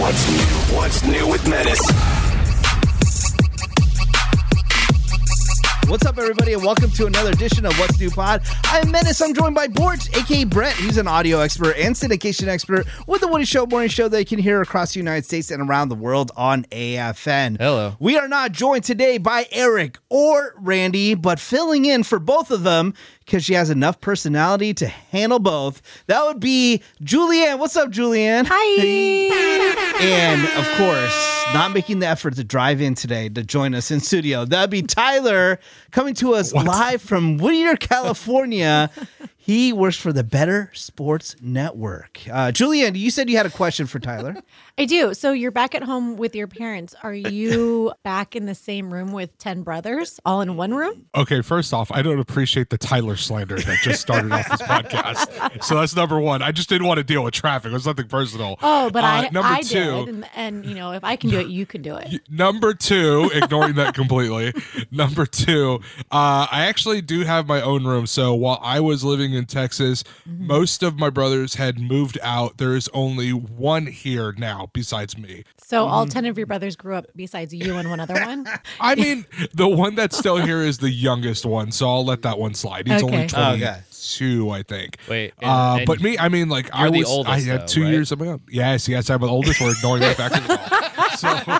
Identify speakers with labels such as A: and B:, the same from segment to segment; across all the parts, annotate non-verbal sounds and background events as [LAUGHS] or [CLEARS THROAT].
A: What's new? What's new with Menace?
B: What's up, everybody, and welcome to another edition of What's New Pod. I'm Menace. I'm joined by Borch, aka Brett. He's an audio expert and syndication expert with the Woody Show Morning Show that you can hear across the United States and around the world on AFN.
C: Hello.
B: We are not joined today by Eric or Randy, but filling in for both of them because she has enough personality to handle both. That would be Julianne. What's up, Julianne?
D: Hi.
B: And of course, not making the effort to drive in today to join us in studio. That'd be Tyler coming to us live from Whittier, California. he works for the Better Sports Network. Uh, Julianne, you said you had a question for Tyler.
D: [LAUGHS] I do. So you're back at home with your parents. Are [LAUGHS] you back in the same room with 10 brothers, all in one room?
C: Okay, first off, I don't appreciate the Tyler slander that just started off this podcast. So that's number one. I just didn't want to deal with traffic. It was nothing personal.
D: Oh, but
C: Uh,
D: I,
C: number
D: I
C: two.
D: did. And, and, you know, if I can do it, you can do it.
C: Number two, ignoring that completely. Number two, uh, I actually do have my own room. So while I was living in Texas,
D: Mm-hmm.
C: most of my brothers had moved out. There is only one here now besides me.
D: So all 10 of your brothers grew up besides you and one other one?
C: I mean, the one that's still here is the youngest one, so I'll let that one slide. He's only
D: Okay.
B: Oh, okay.
C: 22, I think.
E: Wait, and-
C: uh,
E: and
C: but me, I mean, like I
E: you're the
C: was, I
E: oldest,
C: had
E: though,
C: two
E: right?
C: years of my own. Yes, yes, I'm the oldest. We're ignoring that back
E: [LAUGHS]
C: to the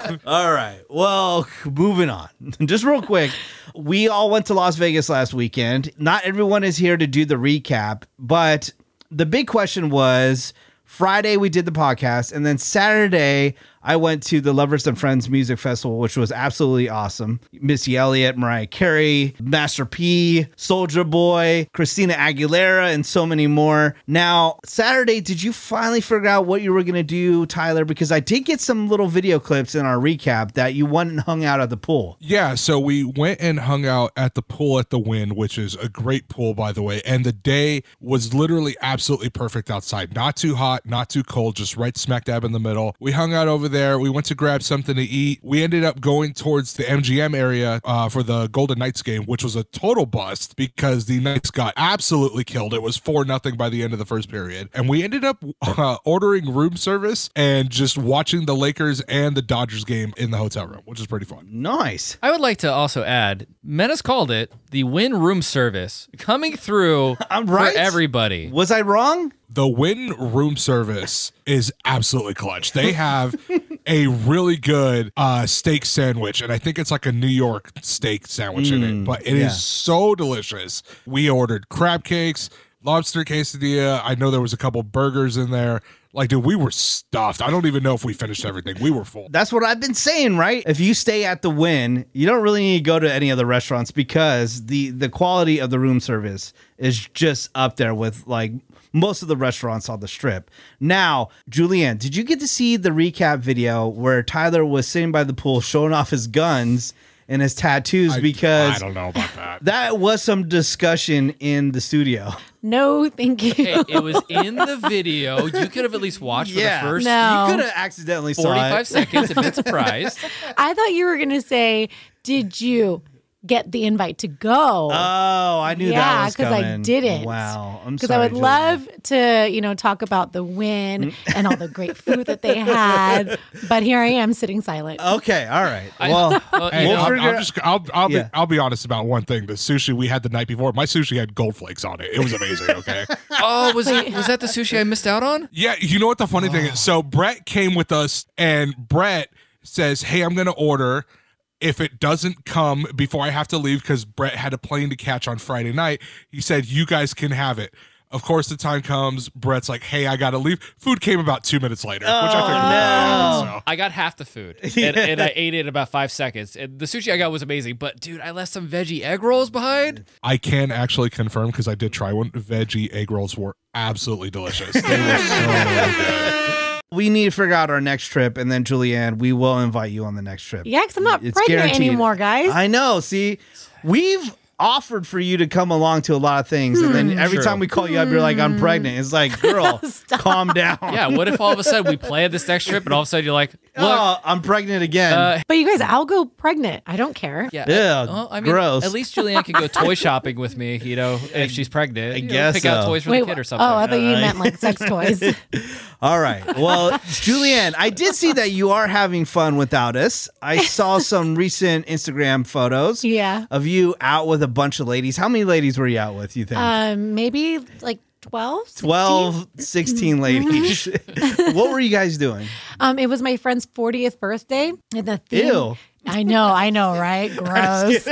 C: wall. So,
B: All right. Well, moving on. [LAUGHS] Just real quick, we all went to Las Vegas last weekend. Not everyone is here to do the recap, but the big question was Friday we did the podcast, and then Saturday I went to the Lovers and Friends Music Festival, which was absolutely awesome. Missy Elliott, Mariah Carey, Master P, Soldier Boy, Christina Aguilera, and so many more. Now, Saturday, did you finally figure out what you were going to do, Tyler? Because I did get some little video clips in our recap that you went and hung out at the pool.
C: yeah, so we went and hung out at the pool at the Wind, which is a great pool, by the way. And the day was literally absolutely perfect outside. Not too hot, not too cold, just right smack dab in the middle. We hung out over there. We went to grab something to eat. We ended up going towards the MGM area uh, for the Golden Knights game, which was a total bust because the Knights got absolutely killed. It was four nothing by the end of the first period, and we ended up uh, ordering room service and just watching the Lakers and the Dodgers game in the hotel room, which is pretty fun.
B: Nice.
E: I would like to also add, Menace called it the win room service coming through
B: [LAUGHS] I'm right.
E: for everybody.
B: [LAUGHS] Was I wrong?
C: The Win room service is absolutely clutch. They have a really good uh, steak sandwich, and I think it's like a New York steak sandwich in it, but it is
B: Mm, yeah.
C: so delicious. We ordered crab cakes, lobster quesadilla. I know there was a couple burgers in there. Like, dude, we were stuffed. I don't even know if we finished everything. We were full.
B: That's what I've been saying, right? If you stay at the Win, you don't really need to go to any other restaurants because the the quality of the room service is just up there with like most of the restaurants on the strip. Now, Julianne, did you get to see the recap video where Tyler was sitting by the pool showing off his guns and his tattoos
C: I
B: because
C: don't know about that.
B: that was some discussion in the studio.
D: No, thank you.
E: Hey, it was in the video. You could have at least watched for the first
D: No.
B: You could have accidentally saw
E: 45
B: it.
E: seconds and been surprised.
D: I thought you were going to say, did you get the invite to go?
B: Oh, I knew that
D: Yeah,
B: was
D: 'cause I
B: coming.
D: didn't.
B: Wow, I'm
D: because
B: sorry.
D: I would
B: Julianne.
D: love to, you know, talk about the win and all the great food that they had. But here I am sitting silent.
B: Okay, all right.
E: I-
B: Well,
E: [LAUGHS] Well,
C: Hey,
E: you know,
C: I'll,
B: figure
C: I'll
B: out-
C: just I'll I'll
B: Yeah.
C: be I'll be honest about one thing. The sushi we had the night before, my sushi had gold flakes on it. It was amazing. Okay.
E: oh, was, it, was that the sushi I missed out on?
C: Yeah, you know what the funny thing is? So Brett came with us, and Brett says, "Hey, I'm gonna order." If it doesn't come before I have to leave, because Brett had a plane to catch on Friday night, he said, "You guys can have it." Of course, the time comes. Brett's like, "Hey, I gotta leave." Food came about two minutes later, which I figured. would happen, so.
E: I got half
B: [LAUGHS]
E: the food and, and I ate it in about five seconds. And the sushi I got was amazing, but dude, I left some veggie egg rolls behind.
C: I can actually confirm because I did try one. Veggie egg rolls were absolutely delicious. They were so good.
B: [LAUGHS] we need to figure out our next trip, and then Julianne, we will invite you on the next trip.
D: Yeah, because I'm not
B: It's
D: pregnant
B: guaranteed.
D: anymore, guys.
B: I know. See, we've offered for you to come along to a lot of things, and
D: Hmm.
B: then every
E: True.
B: time we call you up, you're like, "I'm
D: [LAUGHS]
B: pregnant." It's like, girl, calm down.
E: Yeah, what if all of a sudden we planned this next trip and all of a sudden you're like,
B: [LAUGHS] oh, I'm pregnant again.
E: Uh,
D: But you guys, I'll go pregnant. I don't care.
E: yeah.
B: Yeah,
E: well, I mean,
B: gross.
E: At least Julianne can go toy shopping with me, you know, if she's pregnant. I
B: guess
E: pick out
B: so.
E: toys for the kid or
D: wh-
E: something. Uh,
D: Oh, I thought you
B: All right.
D: meant like sex
E: [LAUGHS]
D: toys.
B: [LAUGHS] All right. Well, Julianne, I did see that you are having fun without us. I saw some recent Instagram photos
D: [LAUGHS] yeah.
B: of you out with a bunch of ladies. How many ladies were you out with, you think?
D: Um, maybe like 12, 16?
B: 12,
D: [LAUGHS]
B: 16 ladies. [LAUGHS] what were you guys doing?
D: Um, it was my friend's 40th birthday. And the theme,
B: Ew.
D: I know, I know,
B: [LAUGHS]
D: right? Gross.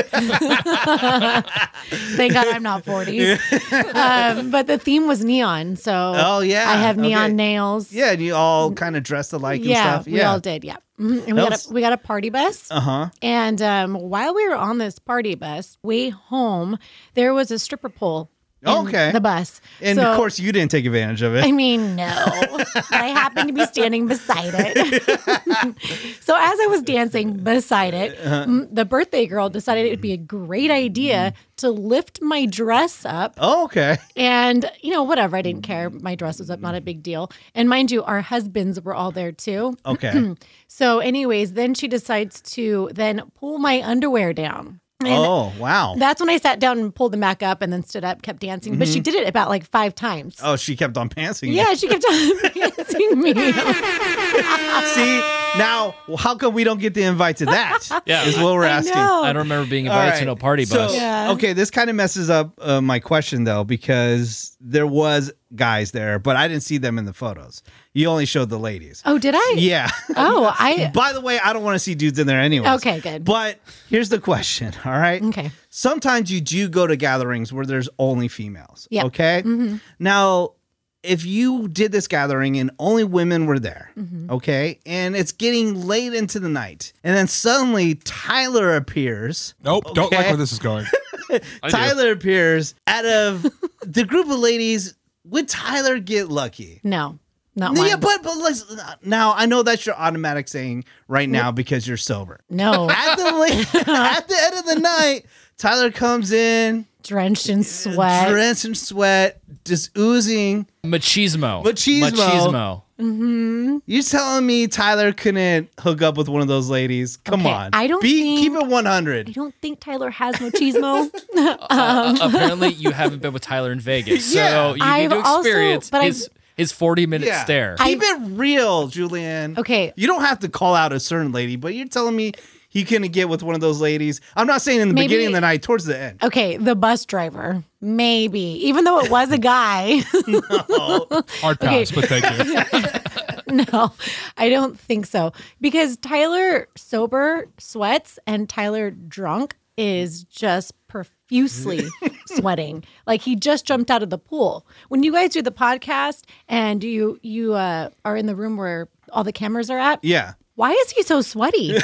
D: [LAUGHS] Thank God I'm
B: [LAUGHS]
D: not 40. um, but the theme was neon. So
B: Oh, yeah.
D: I have neon
B: Okay.
D: nails.
B: Yeah, and you all kind of dressed alike
D: Yeah,
B: and stuff.
D: we all did. Yeah, Mhm. and we
B: That was-
D: got a, we got a party bus.
B: Uh huh.
D: And um, while we were on this party bus, way home, there was a stripper pole. in
B: Okay.
D: The bus.
B: And
D: So,
B: of course, you didn't take advantage of it.
D: I mean, no. But I happened to be standing beside it. [LAUGHS] so as I was dancing beside it, m- the birthday girl decided it would be a great idea to lift my dress up
B: oh, [LAUGHS] okay.
D: and, you know, whatever. I didn't care. My dress was up, not a big deal. And mind you, our husbands were all there too. [CLEARS THROAT]
B: Okay.
D: So, anyways, then she decides to then pull my underwear down. And
B: oh, wow.
D: that's when I sat down and pulled them back up and then stood up, kept dancing. But she did it about like five times.
B: Mm-hmm. oh, she kept on pantsing.
D: Yeah, she kept [LAUGHS] on dancing
B: [LAUGHS]
D: me.
B: See, now, how come we don't get the invite to
D: [LAUGHS]
B: that?
E: Yeah.
B: Is what we're
D: I
B: asking.
D: know.
E: I don't remember being invited to no party
B: so,
E: bus.
D: Yeah.
B: Okay, this kind of messes up uh, my question though because there was guys there, but I didn't see them in the photos. You only showed the ladies.
D: Oh, did I?
B: Yeah. [LAUGHS]
D: Oh, I.
B: By the way, I don't want to see dudes in there anyway.
D: Okay, good.
B: But here's the question, [LAUGHS] all right?
D: Okay.
B: Sometimes you do go to gatherings where there's only females.
D: Yeah. Mm-hmm.
B: Okay. Now, if you did this gathering and only women were there,
D: Mm-hmm.
B: okay, and it's getting late into the night, and then suddenly Tyler appears.
C: Nope, don't like
B: Okay.
C: where this is going.
E: I do.
B: Tyler appears out
D: [LAUGHS]
B: of the group of ladies. Would Tyler get lucky?
D: No, not
B: Yeah,
D: mine.
B: but but let's, now I know that's your automatic saying right now because you're sober.
D: no,
B: At the la- [LAUGHS] at the end of the night, Tyler comes in,
D: drenched in sweat.
B: drenched in sweat, just oozing.
E: Machismo.
B: Machismo.
D: [LAUGHS]
E: Machismo.
B: You're telling me Tyler couldn't hook up with one of those ladies? Come
D: Okay,
B: on,
D: I don't
B: Be,
D: think-
B: keep it
D: I
B: 100.
D: don't think Tyler has
B: [LAUGHS]
D: machismo.
E: Uh, apparently, you haven't been with Tyler in Vegas,
B: Yeah.
E: so you
D: Um, I've
E: need to
D: also-
E: experience
D: but I've-
E: his his forty minute
B: Yeah.
E: stare.
B: Keep it real, Julianne.
D: Okay.
B: You don't have to call out a certain lady, but you're telling me he couldn't get with one of those ladies. I'm not saying in the
D: Maybe-
B: beginning of the night, towards the end.
D: Okay, the bus driver, maybe. Even though it was a guy,
C: Hard pass, but thank you.
D: [LAUGHS] no, I don't think so. Because Tyler sober sweats and Tyler drunk is just
B: [LAUGHS]
D: profusely sweating. Like he just jumped out of the pool. When you guys do the podcast and you you uh, are in the room where all the cameras are at,
B: Yeah.
D: why is he
B: [LAUGHS]
D: so sweaty?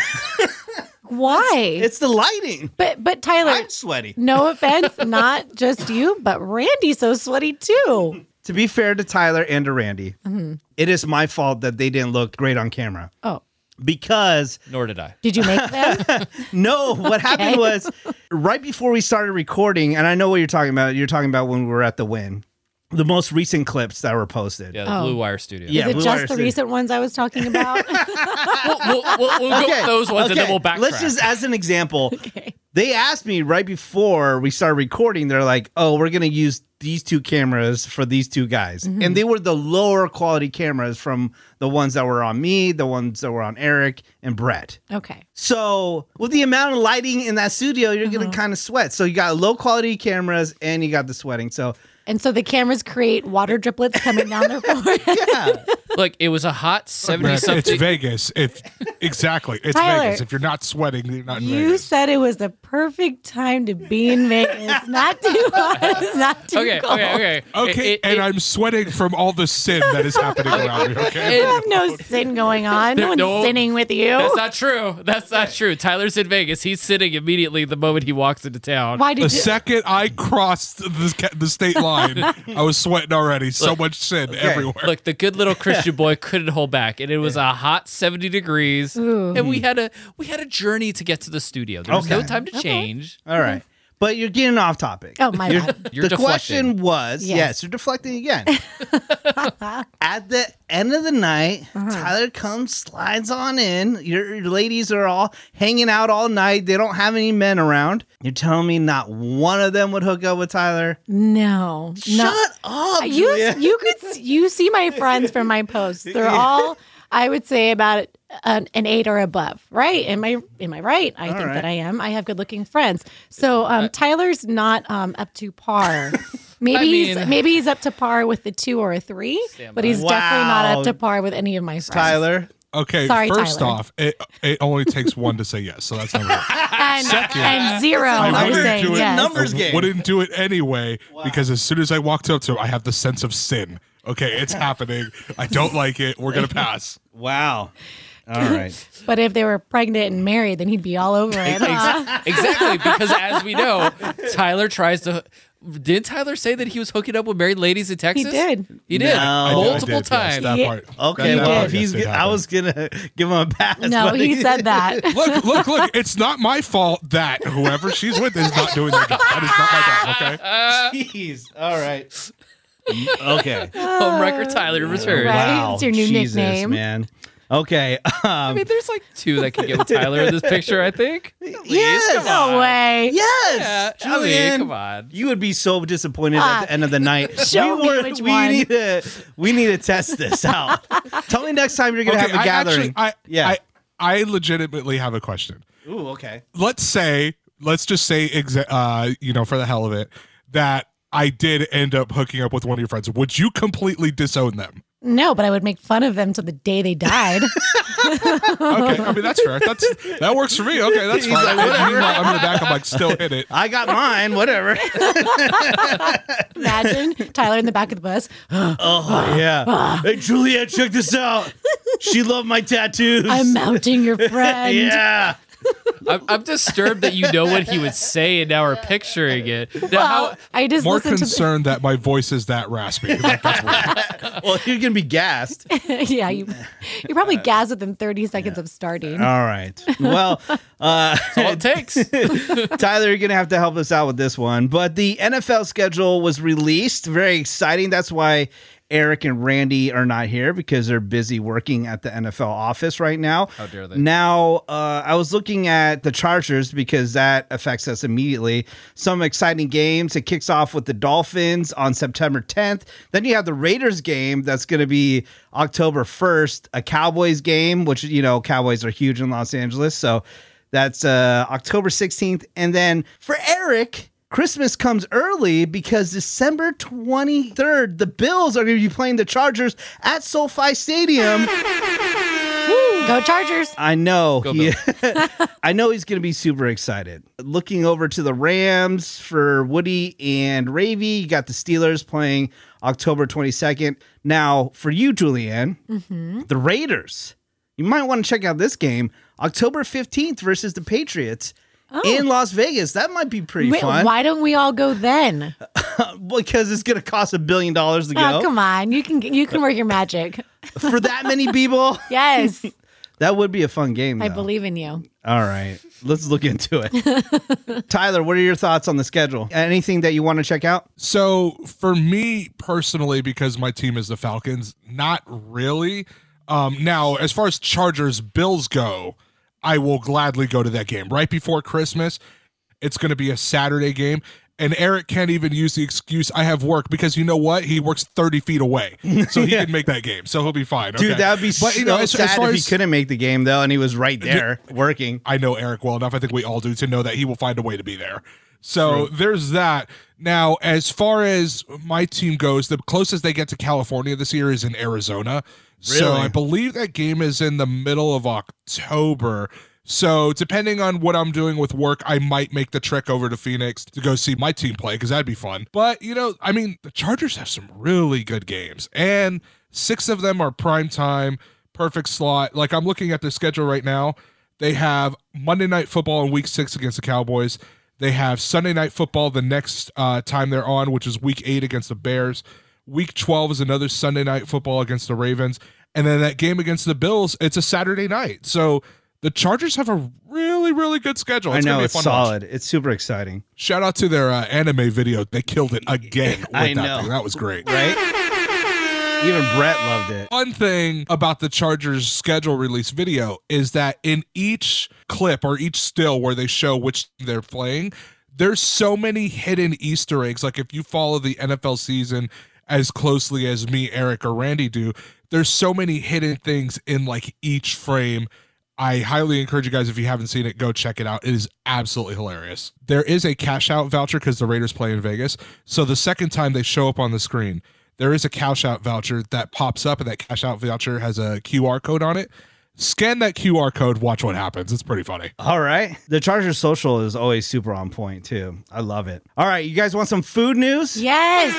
D: why?
B: It's the lighting.
D: but but Tyler,
B: I'm sweaty.
D: no offense, not just you, but Randy's so sweaty too.
B: [LAUGHS] To be fair to Tyler and to Randy,
D: Mm-hmm.
B: it is my fault that they didn't look great on camera
D: Oh,
B: because
E: Nor did I.
D: did you
B: [LAUGHS]
D: make them?
B: No, what happened was right before we started recording, and I know what you're talking about. You're talking about when we were at the win, the most recent clips that were posted.
E: Yeah, the
D: Oh.
E: Blue Wire Studio.
B: Yeah.
D: Is it
B: Blue
D: just
B: Wire
D: the
B: City.
D: recent ones I was talking about?
B: [LAUGHS]
E: we'll, we'll, we'll, we'll go with those ones, and then
B: okay,
E: we'll backtrack.
B: Let's just, as an example, they asked me right before we started recording, they're like, oh, we're going to use these two cameras for these two guys. And they were the lower quality cameras from the ones that were on me, the ones that were on Eric and Brett.
D: okay.
B: So with the amount of lighting in that studio, you're gonna
D: Uh-huh.
B: kind of sweat. So you got low quality cameras and you got the sweating. So
D: And so the cameras create water driplets coming down their forehead.
B: yeah,
E: Look, it was a hot seventy
C: Brad, [LAUGHS] it's
E: something.
C: Vegas. If exactly, it's
D: Tyler.
C: Vegas. If you're not sweating, you're not
D: [LAUGHS]
C: in
D: You
C: Vegas.
D: said it was the perfect time to be in Vegas. Not [LAUGHS] too hot, not too
E: Okay,
D: cold.
E: okay, okay.
C: Okay,
E: It- it-
C: and
E: it-
C: I'm sweating from all the sin that is
E: [LAUGHS]
C: happening around me. Okay,
D: You have no sin going on. No one's
E: No.
D: sinning with you.
E: That's not true. That's not true. Tyler's in Vegas. He's sitting immediately the moment he walks into town.
D: Why did [LAUGHS]
C: the
D: you?
C: second I crossed the, ca- the state line, I was sweating already. So much sin everywhere.
E: Look, the good little Christian boy couldn't hold back, and it was a hot seventy degrees, and we had a we had a journey to get to the studio. There was no
B: Okay.
E: time to change.
B: all right. But you're getting off topic.
D: Oh, my
B: You're-
D: bad.
E: You're
B: the question was
D: Yes.
B: yes. you're deflecting again.
D: [LAUGHS]
B: At the end of the night,
D: Uh-huh.
B: Tyler comes, slides on in. Your, your ladies are all hanging out all night. They don't have any men around. You're telling me not one of them would hook up with Tyler?
D: No, no.
B: Shut up. [LAUGHS]
D: You
B: Julia.
D: Uh, you could s- you see my friends from my posts. They're all I would say about an, an eight or above, right? Am I am I right? I think
B: right.
D: that I am. I have good looking friends. So um, Tyler's not um, up to par. Maybe he's
E: mean-
D: maybe he's up to par with the two or a three, but he's definitely not
B: Wow.
D: up to par with any of my friends.
B: Tyler.
C: Okay,
D: Sorry,
C: first
D: Tyler.
C: off, it it only takes one to say yes, so that's number one.
D: [LAUGHS]
E: [LAUGHS]
D: and, and zero. I
C: wouldn't
D: was saying
C: do it.
D: yes.
B: Numbers
C: I
B: game.
C: Wouldn't do it anyway because as soon as I walked up to him, I have the sense of sin. Okay, it's happening. I don't like it. We're gonna pass.
B: Wow. All right.
D: But if they were pregnant and married, then he'd be all over it. huh?
E: Ex- exactly, because as we know, Tyler tries to. Did Tyler say that he was hooking up with married ladies in Texas?
D: did.
E: He did
B: No.
C: I did- I
E: multiple
C: did, yes,
E: times.
C: that
D: Yeah.
C: part.
B: Okay.
C: That- that
B: well,
C: part,
B: if
C: yes,
B: he's,
C: it
B: g- I
C: happened.
B: was gonna [LAUGHS] give him a pass.
D: [LAUGHS] No,
B: but
D: he said that.
C: Look, look, look! It's not my fault that whoever she's with is not doing their job. That is not my
B: [LAUGHS]
C: fault.
B: Jeez. All right.
D: [LAUGHS]
C: Mm,
B: Okay.
E: Homewrecker Tyler returns.
D: Right? It's your new
B: Jesus,
D: nickname.
B: man. Okay. [LAUGHS] um,
E: I mean, there's like two that could get with Tyler in this picture. I think.
B: yes.
D: no way.
E: Yeah,
B: Yes.
E: I mean,
B: Julian.
E: come on.
B: You would be so disappointed
D: Ah,
B: at the end of the night.
D: [LAUGHS] show me
B: were-
D: which
B: we
D: one.
B: need to we need to test
D: [LAUGHS]
B: this out. Tell me next time [LAUGHS] you're
C: Okay,
B: gonna have a
C: I
B: gathering.
C: Actually, I,
B: yeah.
C: I, I legitimately have a question.
B: Ooh, okay.
C: let's say let's just say exa- uh you know for the hell of it that I did end up hooking up with one of your friends. Would you completely disown them?
D: No, but I would make fun of them till the day they died.
C: Okay, I mean that's fair. That's that works for me. Okay, that's fine. I mean, meanwhile, I'm in the back. I'm like still hit
B: [LAUGHS]
C: it.
B: I got mine,
C: [LAUGHS]
B: whatever.
D: Imagine Tyler in the back of the bus.
B: oh
D: Ah.
B: yeah. Hey Juliet, check this out. She loved my tattoos.
D: I'm mounting your friend.
B: yeah.
E: I'm, I'm disturbed that you know what he would say and now are picturing it. Now,
D: Well,
E: how,
D: I just
C: More
D: listened
C: concerned that my voice is that raspy. Like, that's weird.
B: Well, you're gonna be gassed.
D: to the, [LAUGHS] Yeah, you you probably gassed within 30 seconds of starting.
B: All right. Well, uh,
E: that's all
B: [LAUGHS]
E: it takes. Oh,
B: Tyler, you're going to have to help us out with this one. But the NFL schedule was released. Very exciting. That's why Eric and Randy are not here because they're busy working at the NFL office right now. How
E: dare they.
B: Now, uh, I was looking at the Chargers because that affects us immediately. Some exciting games. It kicks off with the Dolphins on September 10th. Then you have the Raiders game that's going to be October 1st, a Cowboys game, which, you know, Cowboys are huge in Los Angeles. So that's uh, October 16th. And then for Eric, Christmas comes early because December 23rd, the Bills are going to be playing the Chargers at SoFi Stadium.
D: Go Chargers.
B: I know.
E: Go
B: he- [LAUGHS] I know he's going to be super excited. Looking over to the Rams for Woody and Ravy. You got the Steelers playing October 22nd. Now, for you, Julianne,
D: Mm-hmm.
B: the Raiders, you might want to check out this game October 15th versus the Patriots. In Las Vegas, that might be pretty
D: Oh. Wait,
B: fun
D: why don't we all go then?
B: because it's going to cost a billion dollars to
D: Oh,
B: go
D: come on. You can you can work your magic.
B: for that many
D: [LAUGHS]
B: people.
D: Yes.
B: That would be a fun game.
D: I
B: though.
D: believe in you.
B: All right, let's look into it. Tyler, what are your thoughts on the schedule? Anything that you want to check out?
C: So for me personally, because my team is the Falcons, not really. Um, now, as far as Chargers Bills go, I will gladly go to that game right before Christmas. It's going to be a Saturday game. And Eric can't even use the excuse I have work because you know what? He works 30 feet
B: [LAUGHS]
C: away. So he can make that game. So he'll be fine.
B: Dude,
C: okay?
B: that would be
C: But,
B: so
C: you know, as- as
B: sad
C: far
B: if he
C: as-
B: couldn't make the game though, and he was right there working.
C: I know Eric well enough. I think we all do to know that he will find a way to be there. So there's that. Now, as far as my team goes, the closest they get to California this year is in Arizona. So
B: Really?
C: I believe that game is in the middle of October. So depending on what I'm doing with work, I might make the trek over to Phoenix to go see my team play because that'd be fun. But you know, I mean, the Chargers have some really good games, and six of them are prime time, perfect slot. Like I'm looking at the schedule right now. They have Monday Night Football in Week Six against the Cowboys. They have Sunday Night Football the next uh, time they're on, which is Week Eight against the Bears. Week 12 is another Sunday night football against the Ravens. And then that game against the Bills, it's a Saturday night. So the Chargers have a really really, really good schedule.
B: I
C: It's gonna
B: know
C: be a
B: it's
C: fun watch.
B: solid. It's super exciting,
C: Shout out to their uh, anime video. They killed it again. With
B: [LAUGHS] I
C: that
B: know.
C: Thing. That was great.
B: right? Even Brett loved it.
C: One thing about the Chargers schedule release video is that in each clip or each still where they show which they're playing, there's so many hidden Easter eggs. Like if you follow the NFL season as closely as me, Eric, or Randy do, there's so many hidden things in like each frame. I highly encourage you guys if you haven't seen it, go check it out. It is absolutely hilarious. There is a cash out voucher because the Raiders play in Vegas. So the second time they show up on the screen, there is a cash out voucher that pops up, and that cash out voucher has a QR code on it. Scan that QR code, watch what happens. It's pretty funny.
B: All right. The Chargers social is always super on point too. I love it. All right, you guys want some food news?
D: Yes.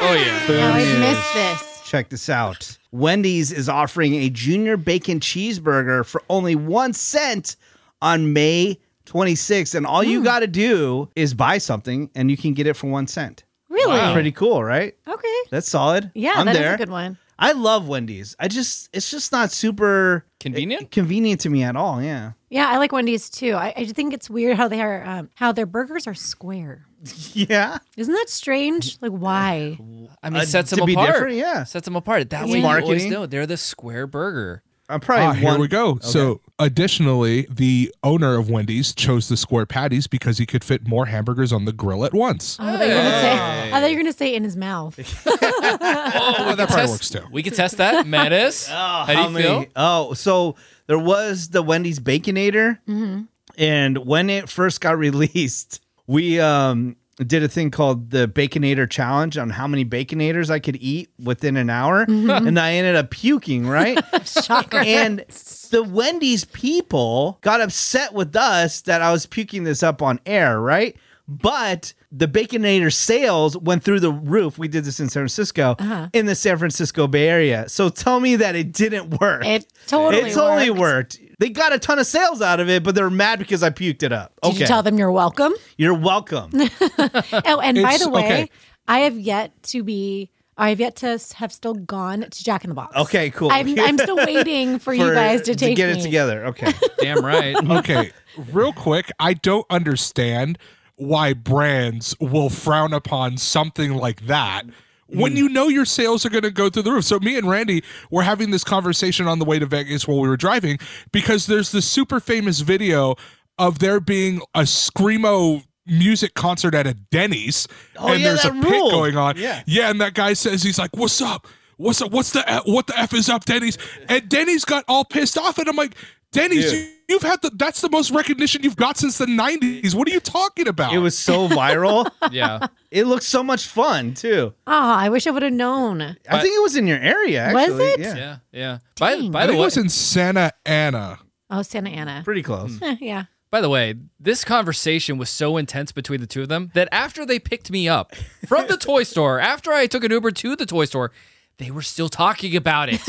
E: Oh yeah.
B: Food
D: Now I
B: news.
D: missed this.
B: Check this out. Wendy's is offering a junior bacon cheeseburger for only 1 cent on May 26th and all
D: Hmm.
B: you got to do is buy something and you can get it for 1 cent.
D: Really?
E: Wow.
B: Pretty cool, right?
D: Okay.
B: That's solid.
D: Yeah,
B: I'm
D: that is
B: there.
D: a good one.
B: I love Wendy's. I just it's just not super eh,
E: Convenient?
B: convenient to me at all, yeah.
D: Yeah, I like Wendy's too. I, I think it's weird how they are, um, how their burgers are square.
B: Yeah.
D: Isn't that strange? Like, why?
E: I mean,
B: Uh,
E: sets
B: to
E: them
B: be
E: apart.
B: different, yeah.
E: Sets them apart. That way you always
B: marketing.
E: know they're the
C: [LAUGHS]
E: square burger.
B: I'm probably
C: Ah, here
B: one-
C: we go. So, additionally, the owner of Wendy's chose the square patties because he could fit more hamburgers on the grill at once.
D: Oh, they were gonna say, I thought you were gonna say in his mouth.
B: [LAUGHS]
D: [LAUGHS]
E: Oh,
C: that probably works too.
E: We can test
C: [LAUGHS]
E: that, Mattis. how, do you feel?
B: Oh, so there was the Wendy's Baconator, and when it first got [LAUGHS] released, we um, did a thing called the Baconator Challenge on how many Baconators I could eat within an hour, and I ended up puking. Right?
D: Shocker.
B: and the Wendy's people got upset with us that I was puking this up on air, right? But the Baconator sales went through the roof. We did this in San Francisco,
D: Uh-huh.
B: in the San Francisco Bay Area. So tell me that it didn't work.
D: It totally
B: It totally
D: worked.
B: worked. They got a ton of sales out of it, but they're mad because I puked it up.
D: Did
B: okay.
D: you tell them you're welcome?
B: You're
D: [LAUGHS]
B: welcome.
D: Oh, and by
C: It's-
D: the way,
C: okay.
D: I have yet to be. I have yet to s- have still gone to Jack in the Box.
B: Okay, cool.
D: I'm, I'm
B: [LAUGHS]
D: still waiting for, you
B: For-
D: guys to take
B: get it
D: me.
B: together.
D: [LAUGHS]
B: Okay.
E: Damn right.
C: okay, real quick, I don't understand why brands will frown upon something like that when
B: Hmm.
C: you know your sales are going to go through the roof. So me and Randy were having this conversation on the way to Vegas while we were driving because there's this super famous video of there being a screamo music concert at a Denny's
B: Oh,
C: and
B: yeah,
C: there's a
B: that
C: pit
B: ruled.
C: going on.
B: Yeah.
C: Yeah, and that guy says he's like, "What's up? What's up? What's the uh, what the f is up, Denny's?" And Denny's got all pissed off, and I'm like, "Denny's,
B: Dude.
C: you, you've had the that's the most recognition you've got since the '90s. What are you talking about?"
B: it was so viral.
E: Yeah.
B: it looked so much fun, too.
D: Ah, I wish I would have known.
B: I think it was in your area,
D: Was
B: actually.
D: it?
B: Yeah.
E: Yeah. Yeah. By,
D: Dang.
E: by
C: I
E: the
C: think it
E: way,
C: was in Santa Ana.
D: Oh, Santa Ana. [LAUGHS]
B: Pretty close.
D: Eh, yeah.
E: By the way, this conversation was so intense between the two of them that after they picked me up from the toy store, after I took an Uber to the toy store, they were still talking about it.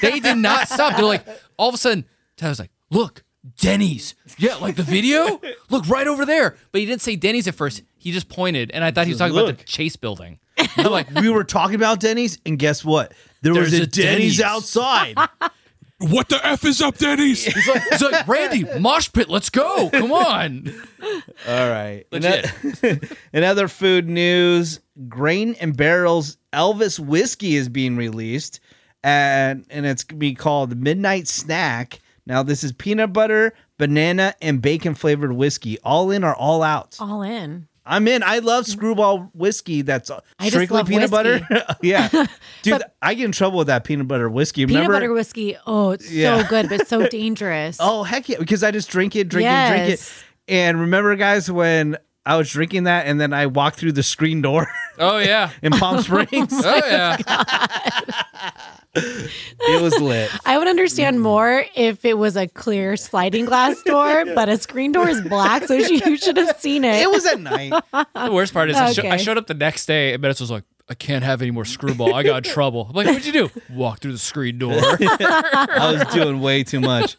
E: they did not stop. They're like, all of a sudden, Tyler's like, look, Denny's. Yeah, like the video? Look right over there. But he didn't say Denny's at first. He just pointed, and I thought he was talking about the
B: Look.
E: Chase building.
B: [LAUGHS]
E: They're like,
B: we were talking about Denny's, and guess what? There was
E: There's
B: a,
E: a
B: Denny's,
E: Denny's.
B: outside.
C: What the f is up, Denny's?
E: he's like, he's like, Randy, mosh pit, let's go. Come on.
B: All right. In,
E: Legit.
B: oth- [LAUGHS] in other food news, Grain and Barrels Elvis whiskey is being released, and and it's gonna be called Midnight Snack. Now this is peanut butter, banana, and bacon flavored whiskey. All in or all out?
D: All in.
B: I'm in. I love screwball whiskey. That's uh,
D: I just
B: strictly
D: love
B: peanut
D: whiskey.
B: butter. [LAUGHS] yeah, dude, I get in trouble with that peanut butter whiskey. Remember?
D: Peanut butter whiskey. Oh, it's
B: Yeah.
D: so good, but
B: [LAUGHS]
D: so dangerous.
B: Oh heck yeah! Because I just drink it, drink it, drink
D: Yes.
B: it. And remember, guys, when I was drinking that, and then I walked through the screen door
E: [LAUGHS]
B: [LAUGHS]
E: Oh, yeah.
B: in Palm Springs.
E: Oh, yeah.
B: [LAUGHS] it was lit.
D: I would understand
B: Mm-hmm.
D: more if it was a clear sliding
B: [LAUGHS]
D: glass door, but a screen door is black, so she, you should have seen it.
B: It was at night.
E: The worst part is I, sho- I
D: Okay.
E: showed up the next day and Menace was like, I can't have any more screwball. I got in trouble. I'm like, what'd you do? Walk through the screen door.
B: [LAUGHS] [LAUGHS] I was doing way too much.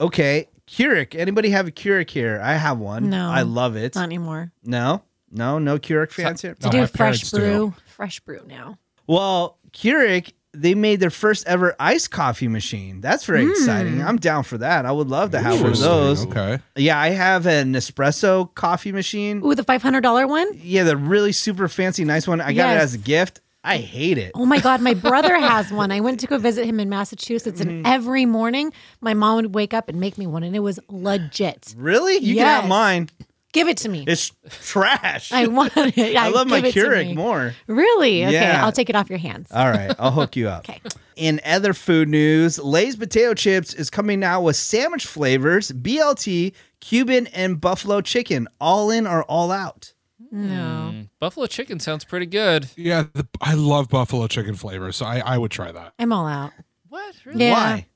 B: Okay, Keurig. Anybody have a Keurig here? I have one.
D: No.
B: I love it.
D: not anymore.
B: No, no, no Keurig fans here.
D: To
C: No, my
D: do fresh
C: parents do.
D: brew, fresh brew now.
B: Well, Keurig they made their first ever iced coffee machine. That's very
D: Hmm.
B: exciting. I'm down for that. I would love to have one of
C: Interesting.
B: those.
C: [LAUGHS] Okay.
B: Yeah, I have an espresso coffee machine.
D: Ooh, the five hundred dollar one.
B: Yeah, the really super fancy, nice one. I got it
D: Yes.
B: as a gift. I hate it.
D: Oh my God, my brother has one. I went to go visit him in Massachusetts,
B: Mm-hmm.
D: and every morning my mom would wake up and make me one, and it was legit.
B: Really? You can have
D: Yes.
B: mine.
D: Give it to me.
B: It's trash. [LAUGHS]
D: I want it.
B: I love my
D: give it to
B: Keurig
D: me.
B: more.
D: Really? Okay,
B: Yeah. Uh,
D: I'll take it off your hands.
B: All right, I'll hook you up.
D: Okay.
B: In other food news, Lay's potato chips is coming out with sandwich flavors, BLT, Cuban, and buffalo chicken. All in or all out?
D: No.
B: mm.
E: Buffalo chicken sounds pretty good.
C: Yeah, the, I love buffalo chicken flavor, so I, I would try that.
D: I'm all out.
E: What? Really?
D: Yeah.
B: Why?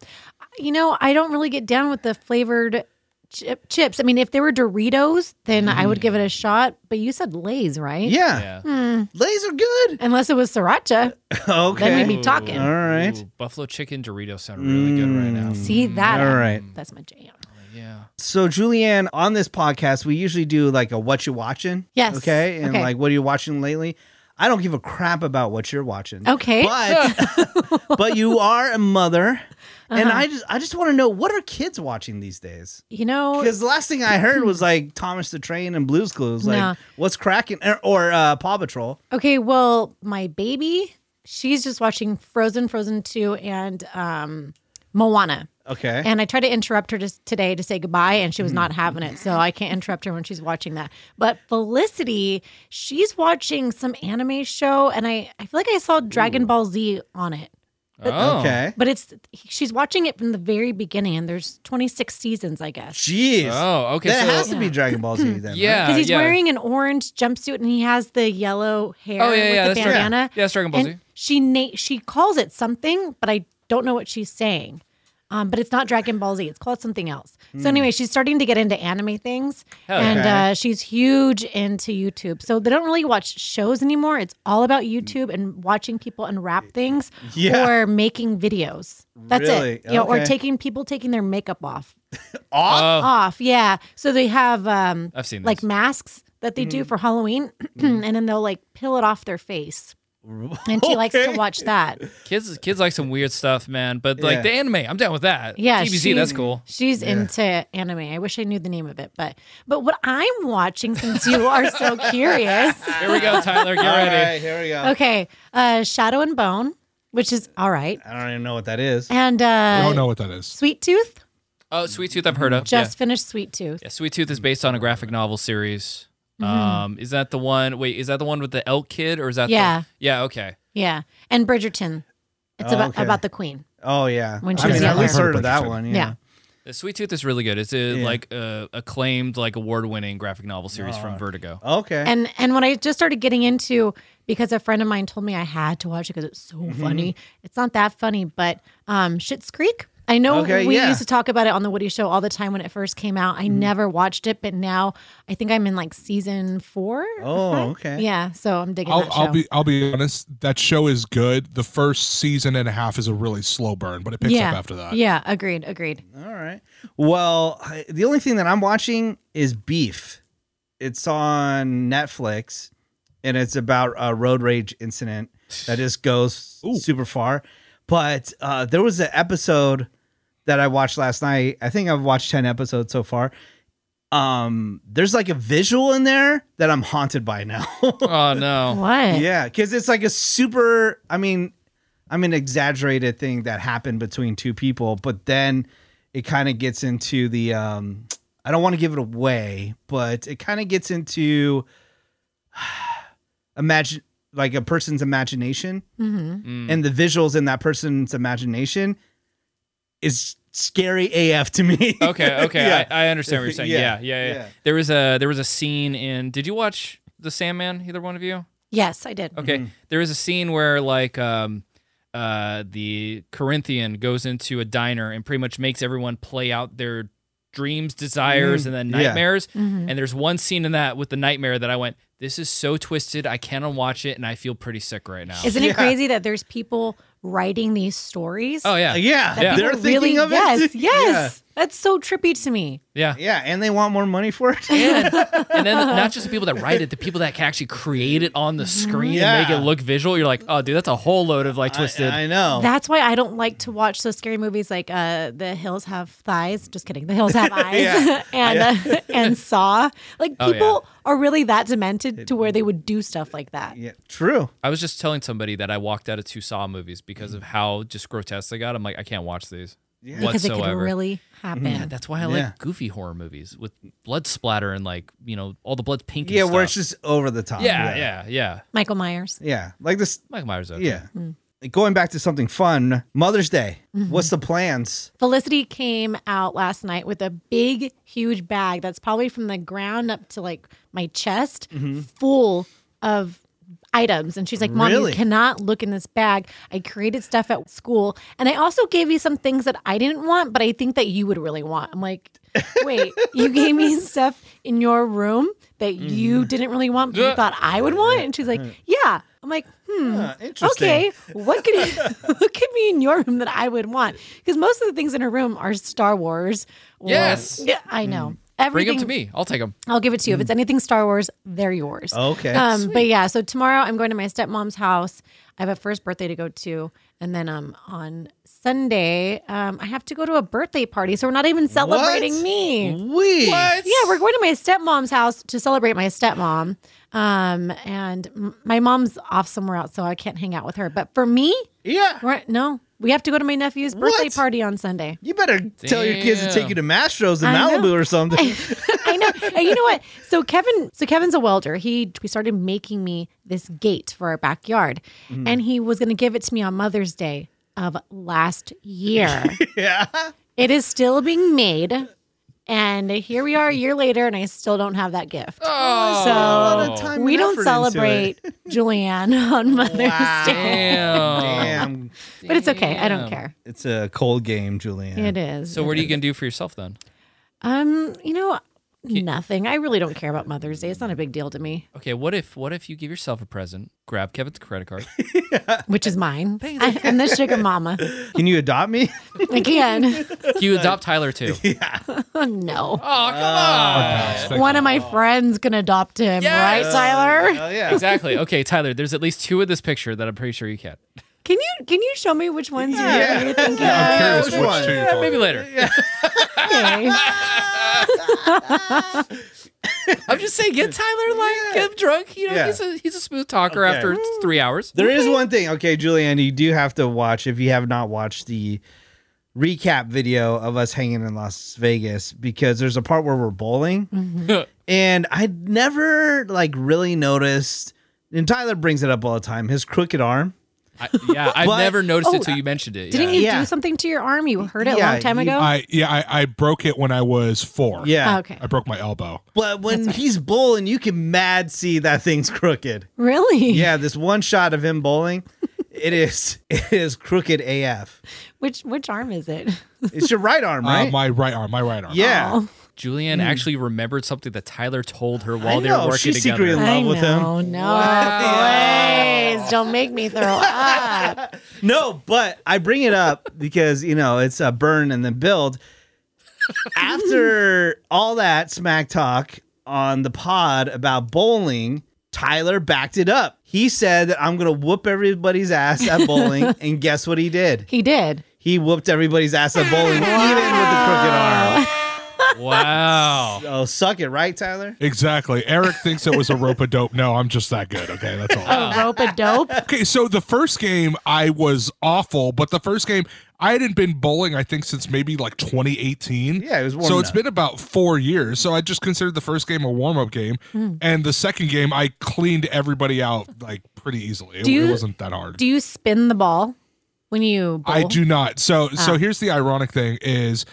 D: You know, I don't really get down with the flavored chip, chips. I mean, if they were Doritos, then I would give it a shot. But you said Lay's, right?
B: Yeah,
E: Yeah.
B: Lay's are good.
D: Unless it was sriracha, then
B: Okay.
D: we'd be talking.
B: All right. Mm.
E: Ooh, buffalo chicken Doritos sound really good right now.
D: See that?
B: All right.
D: That's my jam.
E: Yeah.
B: So, Julianne, on this podcast, we usually do like a what you watching.
D: Yes.
B: Okay. And
D: Okay.
B: like, what are you watching lately? I don't give a crap about what you're watching.
D: Okay.
B: But, [LAUGHS] but you are a mother. And
D: Uh-huh.
B: I just, I just want to know what are kids watching these days?
D: You know,
B: Because the last thing I heard was like Thomas the Train and Blues Clues. Like,
D: No.
B: what's cracking? Or, or uh, Paw Patrol.
D: okay, well, my baby, she's just watching Frozen, Frozen 2, and um, Moana.
B: Okay.
D: [LAUGHS] And I tried to interrupt her just today to say goodbye, and she was not having it. So I can't interrupt her when she's watching that. But Felicity, she's watching some anime show, and I, I feel like I saw Dragon Ball Z on it.
E: Oh.
B: okay.
D: But it's she's watching it from the very beginning, and there's 26 seasons, I guess.
B: Jeez.
E: Oh, okay.
B: Then
E: so,
B: it has to be Dragon Ball
D: [LAUGHS]
B: Z then. right?
E: yeah.
D: Because he's
E: Uh, yeah.
D: wearing an orange jumpsuit and he has the yellow hair
E: Oh, yeah, yeah,
D: with the
E: that's right.
D: bandana.
E: Yeah, it's Dragon Ball Z.
D: And she na- she calls it something, but I don't know what she's saying. Um, but it's not Dragon Ball Z. It's called something else.
E: Hmm.
D: So anyway, she's starting to get into anime things,
E: Hell
D: and
B: yeah.
D: uh, she's huge into YouTube. So they don't really watch shows anymore. It's all about YouTube and watching people unwrap things
B: Yeah.
D: or making videos. That's
B: Really?
D: it. You know,
B: Okay.
D: or taking people taking their makeup off
B: Aw.
E: Oh,
D: off. Yeah. So they have um
E: I've seen
D: like
E: this.
D: masks that they do
E: Mm.
D: for Halloween [CLEARS THROAT] and then they'll like peel it off their face. And she likes to
B: Okay.
D: watch that.
E: kids kids like some weird stuff, man. But like
B: Yeah.
E: the anime, I'm down with that.
D: Yeah.
E: TBC, that's
D: she's-
E: cool.
D: She's into anime. I wish I knew the name of it, but but what I'm watching since you are so curious.
E: Here we go, Tyler. Get
B: All
E: ready.
B: right. Here we go.
D: Okay. Uh Shadow and Bone, which is all right.
B: I don't even know what that is.
D: And
C: I
D: uh
C: don't know what that is.
D: Sweet Tooth.
E: Oh, Sweet Tooth, I've heard of.
D: Just
E: yeah.
D: finished Sweet Tooth.
E: Yeah, Sweet Tooth is
B: Mm.
E: based on a graphic novel series.
B: Mm-hmm.
E: Um, is that the one? Wait, is that the one with the elk kid, or is that?
D: Yeah.
E: The, yeah. Okay.
D: Yeah. And Bridgerton. It's
B: Oh,
D: about
B: okay.
D: about the queen.
B: Oh yeah.
D: When she
B: I
D: was
B: mean, at
D: younger.
B: least heard of that
C: Bridgerton.
B: one.
D: Yeah.
B: Yeah.
E: The Uh, Sweet Tooth is really good. It's a,
B: Yeah.
E: like uh, acclaimed, like award-winning graphic novel series
B: Oh.
E: from Vertigo.
B: Okay.
D: And and when I just started getting into because a friend of mine told me I had to watch it because it's so
B: Mm-hmm.
D: funny. It's not that funny, but um Shits Creek. I know
B: Okay,
D: we
B: yeah. Mm-hmm.
D: used to talk about it on the Woody Show all the time when it first came out. I never watched it, but now I think I'm in like season four.
B: oh, okay.
D: Yeah, so I'm digging
C: I'll,
D: that show.
C: I'll be I'll be honest. That show is good. The first season and a half is a really slow burn, but it picks
D: yeah,
C: up after that.
D: yeah, agreed, agreed.
B: All right. Well, I- the only thing that I'm watching is Beef. It's on Netflix, and it's about a road rage incident that just goes super far. But uh, there was an episode that I watched last night. I think I've watched ten episodes so far. Um, there's like a visual in there that I'm haunted by now. [LAUGHS]
E: Oh no.
D: What?
B: Yeah, because it's like a super. I mean, I'm an exaggerated thing that happened between two people, but then it kind of gets into the. Um, I don't want to give it away, but it kind of gets into [SIGHS] imagine like a person's imagination
D: Mm-hmm.
E: Mm.
B: and the visuals in that person's imagination is scary AF to me. [LAUGHS]
E: Okay. Okay.
B: Yeah.
E: I, I understand what you're
B: [LAUGHS]
E: saying.
B: Yeah,
E: Yeah. Yeah. Yeah.
B: yeah.
E: There was a there was a scene in. Did you watch the Sandman? Either one of you?
D: Yes, I did.
E: Okay.
B: Mm-hmm.
E: There is a scene where like um uh the Corinthian goes into a diner and pretty much makes everyone play out their dreams, desires, and then
B: Mm-hmm. yeah.
E: nightmares. And there's one scene in that with the nightmare that I went, This is so twisted, I cannot watch it and I feel pretty sick right now.
D: Isn't
B: Yeah.
D: it crazy that there's people writing these stories?
E: oh yeah.
B: yeah,
E: Yeah.
B: they're
D: People
B: thinking
D: really-
B: of [LAUGHS]
D: yes,
B: it.
D: Yes, yes. That's so trippy to me.
E: Yeah.
B: Yeah, and they want more money for it.
E: And, and then not just the people that write it, the people that can actually create it on the screen and
B: Yeah.
E: make it look visual. You're like, oh, dude, that's a whole load of like twisted.
B: [LAUGHS] I, I know.
D: That's why I don't like to watch those scary movies like uh, The Hills Have Thighs. Just kidding. The Hills
E: [LAUGHS]
D: Have Eyes
B: Yeah.
D: [LAUGHS] and uh, and Saw. Like people
E: Oh, yeah.
D: are really that demented to where they would do stuff like that.
B: yeah, true.
E: I was just telling somebody that I walked out of two Saw movies because
B: Mm.
E: of how just grotesque they got. I'm like, I can't watch these
D: Because it could
E: whatsoever. Mm-hmm.
D: really happen.
E: yeah, that's why I
B: Yeah.
E: like goofy horror movies with blood splatter and like you know all the blood pink. and
B: Yeah, where it's
E: stuff.
B: just over the top.
E: yeah,
B: yeah,
E: yeah, yeah.
D: Michael Myers.
B: yeah. Like this.
E: Michael Myers. Okay.
B: Yeah.
D: Hmm.
B: Going back to something fun, Mother's Day.
D: Mm-hmm.
B: What's the plans?
D: Felicity came out last night with a big, huge bag that's probably from the ground up to like my chest, full of items. And she's like, Mom,
B: Really?
D: you cannot look in this bag. I created stuff at school. And I also gave you some things that I didn't want, but I think that you would really want. I'm like, Wait, you gave me stuff in your room that you didn't really want, but you thought I would want? And she's like, Yeah. I'm like, Hmm.
B: Huh, interesting.
D: Okay, what could [LAUGHS] what could be in your room that I would want? Because most of the things in her room are Star Wars. or-
E: Yes.
D: yeah, I know.
E: Hmm. Bring
D: Everything Oh.
E: them to me. Hmm. I'll take them.
D: I'll give it to you. If it's anything Star Wars, they're yours.
B: Okay.
D: Um, but yeah, so tomorrow I'm going to my stepmom's house. I have a first birthday to go to, and then um on Sunday um I have to go to a birthday party. So we're not even celebrating
B: What? Mm-hmm.
D: me.
B: We.
D: Yeah, we're going to my stepmom's house to celebrate my stepmom. Um, and m- my mom's off somewhere else, so I can't hang out with her. But for me,
B: Yeah.
D: we're, no, we have to go to my nephew's birthday
B: What?
D: party on Sunday.
B: You better tell your kids to take you to Mastro's in
D: I know.
B: Malibu or
D: [LAUGHS]
B: something.
D: I know. And you know what? So Kevin, so Kevin's a welder. He he started making me this gate for our backyard,
B: Mm.
D: and he was going to give it to me on Mother's Day of last year.
E: [LAUGHS]
B: yeah.
D: it is still being made, and here we are a year later, and I still don't have that gift.
E: Oh,
D: so
B: of time
D: we
B: and
D: don't
B: effort into it.
D: celebrate Julianne on Mother's
B: Wow.
D: Day,
E: damn.
B: Damn.
D: but it's okay. I don't care.
B: It's a cold game, Julian.
D: It is.
E: So what are you gonna do for yourself then?
D: Um, you know, nothing. I really don't care about Mother's Day. It's not a big deal to me,
E: Okay, what if what if you give yourself a present, grab Kevin's credit
B: [LAUGHS]
E: card,
D: which is mine. I, I'm the sugar mama.
B: Can you adopt me?
D: I can. [LAUGHS]
E: you adopt
B: [LAUGHS]
E: Tyler too?
D: Oh, no.
E: Oh, come on.
D: One of my friends can adopt him, right, Tyler?
E: Oh,
B: Hell yeah.
E: Exactly. Okay, Tyler, there's at least two in this picture that I'm pretty sure you can.
D: Can you can you show me which ones you're
B: Yeah. [LAUGHS]
D: you're thinking
C: I'm
D: of?
C: curious
B: which
C: which
B: one?
C: two you're
E: Yeah,
C: talking
E: maybe later.
D: Okay.
E: I'm just saying, get Tyler like get him drunk. You know,
B: Yeah.
E: he's a he's a smooth talker
B: Okay.
E: after three hours.
B: There is one thing, okay, Julianne, you do have to watch if you have not watched the recap video of us hanging in Las Vegas because there's a part where we're bowling, and I never like really noticed. And Tyler brings it up all the time. His crooked arm.
E: I, yeah, I've
B: But-
E: never noticed
D: Oh,
E: it till you mentioned it.
D: Didn't
E: yeah.
D: you
B: Yeah.
D: do something to your arm? You heard it
B: Yeah,
D: a long time
B: you-
D: ago.
C: [LAUGHS] I yeah, I, I broke it when I was four.
B: Yeah.
D: okay.
C: I broke my elbow. Uh,
B: But when he's bowling, you can mad see that thing's crooked.
D: Really?
B: Yeah, this one shot of him bowling, it is [LAUGHS] it is crooked AF.
D: Which which arm is it?
B: It's your right arm, right?
C: Uh, my right arm. My right arm.
B: yeah.
D: Oh,
E: Julianne actually remembered something that Tyler told her
B: Hmm. I
E: while they were
B: know,
E: working
B: she's
E: together.
B: secretly in love
D: I
B: with him.
D: know. No, please don't make me
B: [LAUGHS]
D: throw up.
B: No, but I bring it up because you know it's a burn and then build. After all that smack talk on the pod about bowling, Tyler backed it up. He said that I'm gonna whoop everybody's ass at bowling, and guess what he did?
D: He did.
B: He whooped everybody's ass at bowling, even with the crooked arm.
E: Wow.
B: Oh, suck it, right, Tyler?
C: Exactly. Eric thinks it
B: [LAUGHS]
C: was a rope a dope. No, I'm just that good. Okay, that's all.
B: Oh.
D: A rope a dope.
C: Okay, so the first game I was awful, but the first game I hadn't been bowling I think since maybe like 2018.
B: Yeah, it was warming
C: So it's
B: up.
C: been about 4 years. So I just considered the first game a warm-up game
D: Hmm.
C: and the second game I cleaned everybody out like pretty easily. It,
D: Do you-
C: it wasn't that hard.
D: Do you spin the ball when you bowl?
C: I do not. So so here's the ironic thing is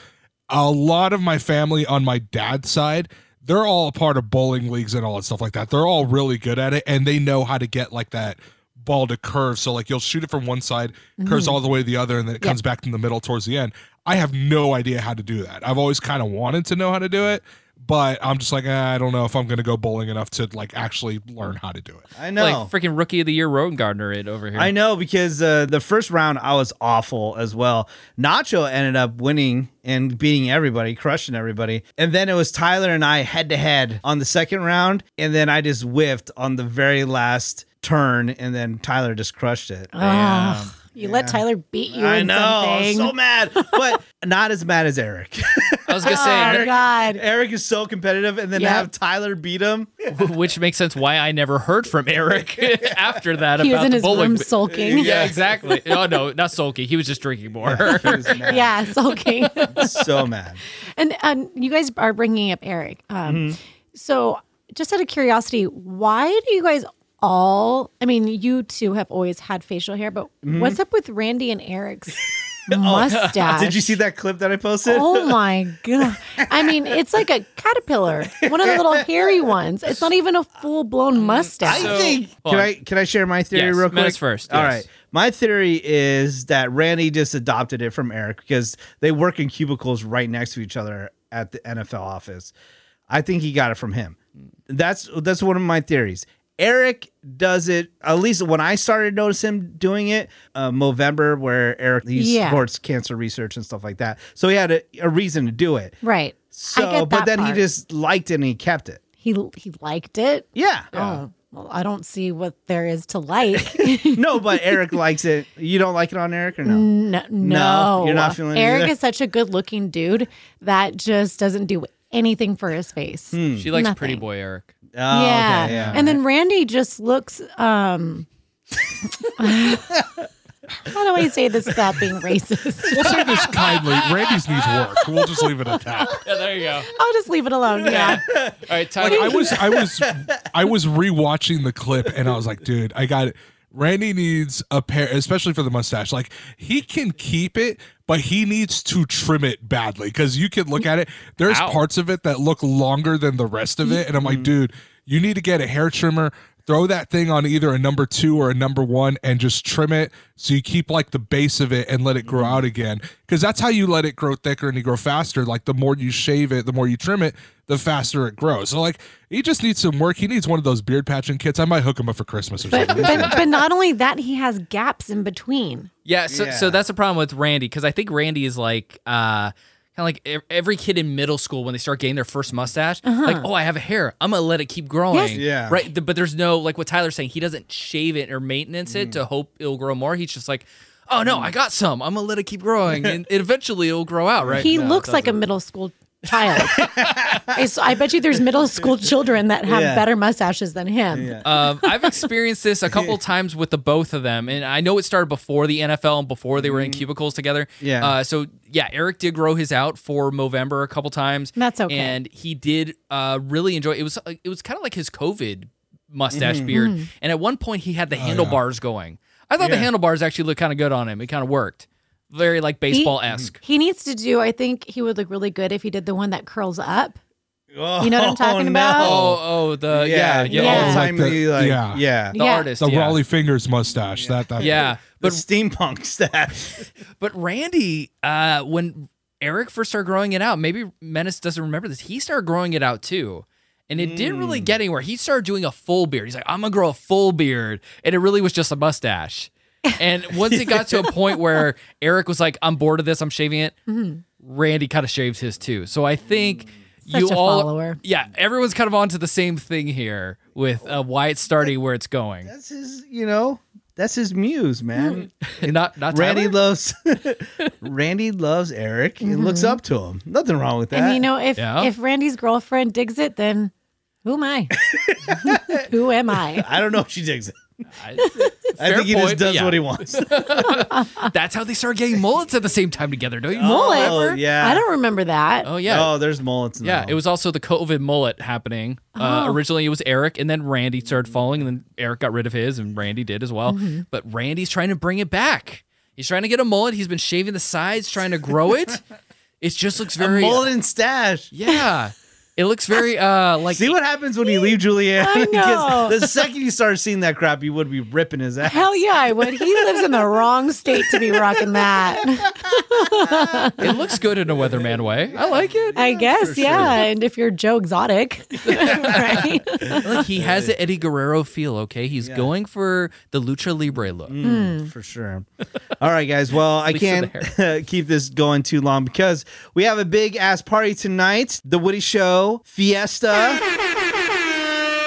C: a lot of my family on my dad's side, they're all a part of bowling leagues and all that stuff like that. They're all really good at it and they know how to get like that ball to curve. So like you'll shoot it from one side, curves all the way to the other, and then it comes back in the middle towards the end. I have no idea how to do that. I've always kind of wanted to know how to do it, but I'm just like, "Ah, I don't know if I'm going to go bowling enough to like actually learn how to do it.
B: [LAUGHS] I
E: Like
B: know.
E: freaking rookie of the year Roden Gardner it over here.
B: I know because uh, the first round I was awful as well. Nacho ended up winning and beating everybody, crushing everybody. And then it was Tyler and I head to head on the second round, and then I just whiffed on the very last turn, and then Tyler just crushed it.
D: Ugh, you let Tyler beat Oh, you.
B: I
D: in
B: know, I was
D: Something.
B: so mad,
D: [LAUGHS]
B: but not as mad as Eric. [LAUGHS]
E: I was gonna
D: oh
E: say,
D: God.
B: Eric is so competitive, and then
D: Yep.
B: have Tyler beat him.
E: [LAUGHS] which makes sense why I never heard from Eric [LAUGHS] after that
D: He
E: about
D: was in
E: the
D: his
E: bowling.
D: room
E: bit.
D: sulking. Yeah, [LAUGHS]
E: yeah, exactly. No, no, not sulky. He was just drinking more.
B: He was mad.
D: sulking. [LAUGHS]
B: so mad.
D: and and you guys are bringing up Eric. Um,
B: Mm-hmm.
D: So, just out of curiosity, why do you guys all? I mean, you two have always had facial hair, but
B: Mm-hmm.
D: what's up with Randy and
B: [LAUGHS]
D: Eric's mustache?
B: Oh, Did you see that clip that I posted?
D: Oh my god! I mean, it's like a caterpillar, one of the little hairy ones. It's not even a full blown mustache.
E: So-
B: Mm, I think.
E: hold
B: Can
E: on.
B: I can I share my theory
E: Yes,
B: real quick?
E: Menace first,
B: All
E: yes.
B: right. My theory is that Randy just adopted it from Eric because they work in cubicles right next to each other at the NFL office. I think he got it from him. That's that's one of my theories. Eric does it at least when I started to notice him doing it, uh, Movember, where Eric he
D: Yeah.
B: supports cancer research and stuff like that. So he had a, a reason to do it.
D: right.
B: So,
D: I
B: but
D: get that
B: then
D: part.
B: he just liked it and he kept it.
D: he he liked it.
B: Yeah.
D: Oh, well, I don't see what there is
B: [LAUGHS]
D: to like.
B: no, but Eric likes it. You don't like it on Eric or no?
D: No, no,
B: you're not feeling it
D: Eric
B: either?
D: is such a good-looking dude that just doesn't do anything for his face.
E: [LAUGHS] she likes
D: Nothing.
E: pretty boy Eric.
B: Hmm. Oh,
D: yeah.
B: okay, yeah.
D: and then Randy just looks.
B: [LAUGHS]
D: um [LAUGHS] How do I say this without being
B: [LAUGHS]
D: racist?
C: We'll say this kindly. Randy's needs work. We'll just leave it at that.
E: Yeah, there you go.
D: I'll just leave it alone. Yeah,
E: All right,
C: Like
E: Tyler.
C: I was, I was, I was rewatching the clip, and I was like, dude, I got it. Randy needs a pair, especially for the mustache. Like he can keep it, but he needs to trim it badly because you can look at it. There's
E: Ow.
C: parts of it that look longer than the rest of it, and I'm like, dude, you need to get a hair trimmer. Throw that thing on either a number two or a number one, and just trim it so you keep like the base of it and let it grow out again. Because that's how you let it grow thicker and you grow faster. Like the more you shave it, the more you trim it, the faster it grows. So like he just needs some work. He needs one of those beard patching kits. I might hook him up for Christmas
D: [LAUGHS]
C: or
D: but,
C: something.
D: but but not only that, he has gaps in between.
E: Yeah, so so
B: Yeah.
E: that's a problem with Randy because I think Randy is like uh kind of like ev- every kid in middle school when they start getting their first mustache, like oh I have a hair, I'm gonna let it keep growing,
D: Uh-huh. Yes.
B: Yeah.
E: right. th- But there's no like what Tyler's saying, he doesn't shave it or maintenance
B: Mm.
E: it to hope it'll grow more. He's just like, oh no, I got some, I'm gonna let it
B: [LAUGHS]
E: keep growing, and it eventually it'll grow out, right?
D: He
E: No, it
D: looks like a
E: doesn't.
D: middle school child. I, s- I bet you there's middle school children that have
B: Yeah.
D: better mustaches than him.
B: Yeah.
E: um, I've experienced this
B: [LAUGHS]
E: a couple times with the both of them, and I know it started before the NFL and before they were in cubicles together.
B: Mm-hmm. Yeah.
E: Uh, so yeah, Eric did grow his out for Movember a couple times.
D: That's okay.
E: And he did uh, really enjoy. It was uh, it was kind of like his COVID mustache
D: Mm-hmm.
E: beard, and at one point he had the handlebars going. I thought the handlebars actually looked kind of good on him. It kind of worked, very like baseball esque.
D: He needs to do. I think he would look really good if he did the one that curls up.
B: Oh,
D: You know what I'm talking
B: no.
D: about?
E: Oh, oh, the yeah, yeah,
D: yeah.
B: all
D: Yeah.
B: the time.
C: Like the-
B: you, like,
C: yeah.
B: yeah,
E: the
D: Yeah.
E: artist,
C: the
E: yeah.
C: Raleigh fingers mustache. That that
E: Yeah,
B: The
E: but
B: steampunk [LAUGHS] stash.
E: But Randy, uh, when Eric first started growing it out, maybe Menace doesn't remember this. He started growing it out too. And it didn't really
D: Hmm.
E: get anywhere. He started doing a full beard. He's like, I'm gonna grow a full beard. And it really was just a mustache.
D: [LAUGHS]
E: And once it got to a point where Eric was like, I'm bored of this, I'm shaving it,
D: Mm-hmm.
E: Randy kind of shaved his too. So I think you
D: Hmm. Such a
E: all
D: follower.
E: Yeah, everyone's kind of onto the same thing here with uh, why it's starting where it's going.
B: That's his, you know, that's his muse, man.
E: Not not
B: Randy
E: Mm, Tyler? [LAUGHS]
B: loves Randy loves Eric and looks up to him. Nothing wrong with that.
D: Mm-hmm. And you know, if
E: Yeah.
D: if Randy's girlfriend digs it, then who am I? [LAUGHS] who am I?
B: I don't know if she digs it.
E: [LAUGHS] I-
B: I
E: Fair
B: think he just
E: point, but
B: does
E: yeah.
B: what he wants.
E: That's how they started getting mullets at the same time together, don't you?
D: Mullet?
B: Oh, yeah.
D: I don't remember that.
E: Oh [LAUGHS] yeah.
B: Oh, there's mullets. Now.
E: Yeah, it was also the COVID mullet happening. Uh,
D: Oh.
E: originally, it was Eric, and then Randy started following, and then Eric got rid of his, and Randy did as well.
D: Mm-hmm.
E: But Randy's trying to bring it back. He's trying to get a mullet. He's
D: [LAUGHS]
E: been shaving the sides, trying to grow it. it just looks
B: a
E: very uh,
B: mullet and stash.
E: yeah. It looks very uh like
B: See what happens when you leave Julianne? [LAUGHS]
D: I know.
B: Because the second you start seeing that crap, you would be ripping his ass.
D: Hell yeah, I would. He lives in the wrong state to be rocking
E: [LAUGHS]
D: that.
E: it looks good in a weatherman way. I like
D: [LAUGHS]
E: it.
D: I guess, yeah. And if you're Joe Exotic, [LAUGHS] right?
E: Like he has an Eddie Guerrero feel, okay? He's going for the lucha libre look.
B: Mm.
D: Mm-hmm.
C: Mm.
B: for sure. [LAUGHS] All right, guys. Well, I
E: least in
B: can't [LAUGHS] keep this going too long because we have a big ass party tonight. The Woody Show Fiesta.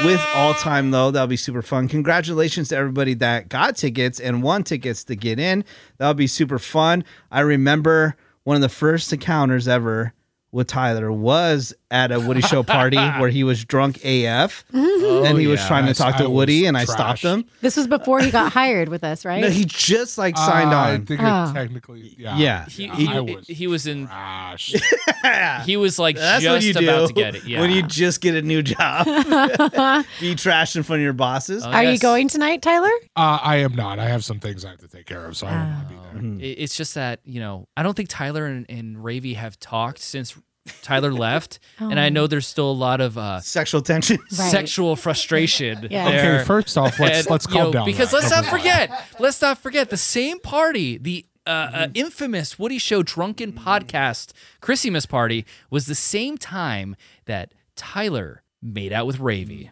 B: With all time though, that'll be super fun. Congratulations to everybody that got tickets and won tickets to get in. That'll be super fun. I remember one of the first encounters ever with Tyler was at a Woody Show
C: [LAUGHS]
B: party where he was drunk AF and he was
C: Mm-hmm. Oh, yeah.
B: trying to talk
C: I
B: to
C: was
B: Woody and I stopped
C: trashed.
B: him.
D: [LAUGHS] This was before he got hired with us, right?
B: No, he just like signed
C: Uh, I
B: on.
C: think
D: Oh.
C: it technically, yeah.
B: Yeah.
E: Ah. He,
C: Yeah,
E: he,
C: I was
E: he was in
C: trashed.
E: he was like
B: That's
E: just
B: what you
E: about
B: do
E: to get it. Yeah.
B: when you just get a new job. Be trashed in front of your bosses.
E: Oh,
D: Are you
E: yes.
D: going tonight, Tyler?
C: Uh, I am not. I have some things I have to take care of, so I will not be there.
E: It- It's just that, you know, I don't think Tyler and, and Ravy have talked since
C: [LAUGHS]
E: Tyler left.
C: Oh.
E: And I know there's still a lot of uh,
B: Sexual tension. [LAUGHS]
D: Right.
C: [LAUGHS]
E: sexual frustration
D: Yeah. Okay,
E: there.
C: Okay, first off, let's
E: And,
C: let's
E: you
C: calm
E: know,
C: down.
E: Because
C: Matt.
E: let's
C: Don't
E: not
C: worry.
E: forget, let's not forget the same party, the uh,
C: Mm-hmm.
E: uh, infamous Woody Show Drunken Podcast Christmas party was the same time that Tyler made out with Ravy.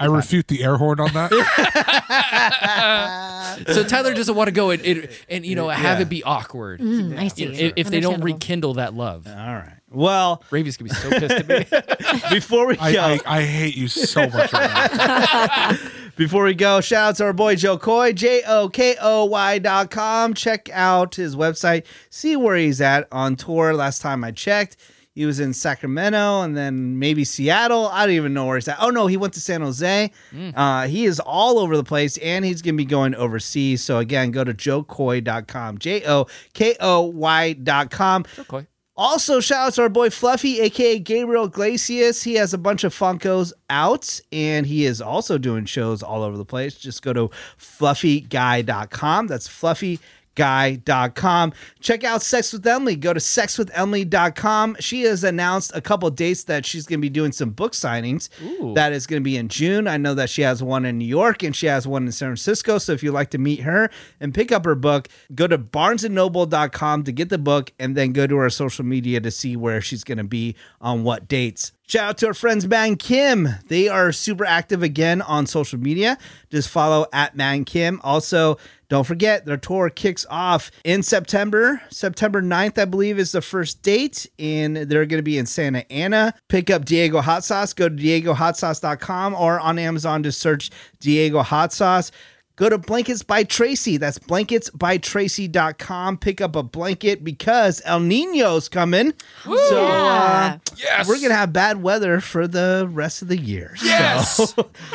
C: I refute the air horn on [LAUGHS] that. Mm-hmm.
E: So Tyler doesn't want to go and, and, and,
C: Uh,
E: you know have it be awkward
C: Mm-hmm.
D: Mm, I see.
E: You know, if, if they don't
D: Understandable.
E: rekindle that love.
B: All right. Well,
E: Ravy's gonna be so pissed at [LAUGHS] me.
B: before we
C: I,
B: go,
C: I, I hate you so much. Right [LAUGHS] now.
B: before we go, shout out to our boy Joe Coy, J O K O Y dot com. Check out his website. See where he's at on tour. Last time I checked, he was in Sacramento and then maybe Seattle. I don't even know where he's at. Oh no, he went to San Jose. Uh, he is all over the place, and he's gonna be going overseas. So again, go to joecoy.com, J O K O Y dot com.
E: Okay.
B: Also, shout out to our boy Fluffy, aka Gabriel Glacius. He has a bunch of Funkos out, and he is also doing shows all over the place. Just go to fluffyguy.com. That's fluffyguy.com. Check out Sex with Emily. Go to sexwithemily.com. She has announced a couple dates that she's going to be doing some book signings. That is going to be in June. I know that she has one in New York and she has one in San Francisco. So if you'd like to meet her and pick up her book, go to barnesandnoble.com to get the book and then go to our social media to see where she's going to be on what dates. Shout out to our friends Man Kim. They are super active again on social media. Just follow at Man Kim. Also, don't forget their tour kicks off in September. September 9th, I believe, is the first date. And they're going to be in Santa Ana. Pick up Diego Hot Sauce. Go to DiegoHotSauce.com or on Amazon to search Diego Hot Sauce. Go to Blankets by Tracy. That's blanketsbytracy.com. Pick up a blanket because El Nino's coming. So,
D: Yeah.
C: yes,
B: we're gonna have bad weather for the rest of the year.
C: Yes.
B: So [LAUGHS]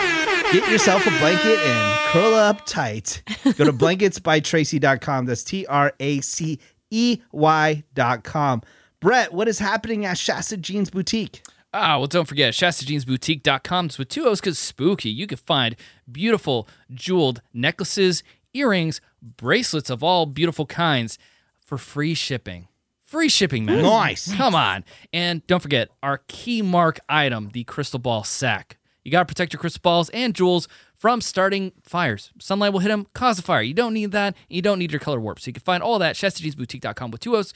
B: get yourself a blanket and curl up tight. Go
C: [LAUGHS]
B: to blanketsbytracy.com. That's T R A C E Y dot com. Brett, what is happening at Shasta Jeans Boutique?
E: Ah, well, don't forget ShastaJeansBoutique.com. It's with two O's because spooky. You can find beautiful jeweled necklaces, earrings, bracelets of all beautiful kinds for free shipping. Free shipping, man.
B: Nice.
E: Come on. And don't forget our key mark item, the crystal ball sack. You got to protect your crystal balls and jewels from starting fires. Sunlight will hit them, cause a fire. You don't need that. And you don't need your color warp. So you can find all that at ShastaJeansBoutique.com with two O's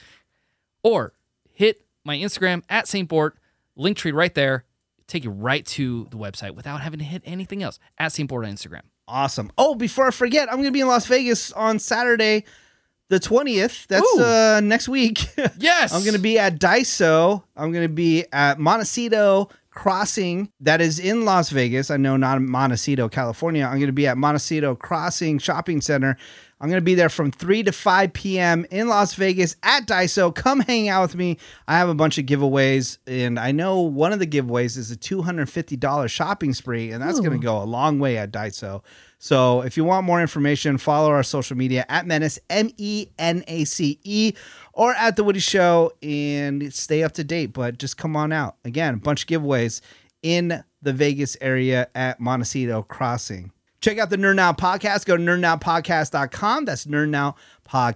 E: or hit my Instagram at Saint Bort, link tree right there, take you right to the website without having to hit anything else at Saint Bort on
C: [LAUGHS]
E: Instagram.
B: Awesome. Oh, before I forget, I'm gonna be in Las Vegas on Saturday, the 20th. That's
E: Ooh.
B: uh, next week. [LAUGHS]
E: Yes,
B: I'm going to be at Daiso. I'm going to be at Montecito Crossing, that is in Las Vegas. I know not Montecito, California. I'm going to be at Montecito Crossing Shopping Center. I'm going to be there from 3 to 5 p.m. in Las Vegas at Daiso. Come hang out with me. I have a bunch of giveaways, and I know one of the giveaways is a $250 shopping spree, and that's going to go a long way at Daiso. So if you want more information, follow our social media at Menace, M E N A C E, or at The Woody Show and stay up to date. But just come on out. Again, a bunch of giveaways in the Vegas area at Montecito Crossing. Check out the Nerd Now podcast. Go to nerdnowpodcast.com. That's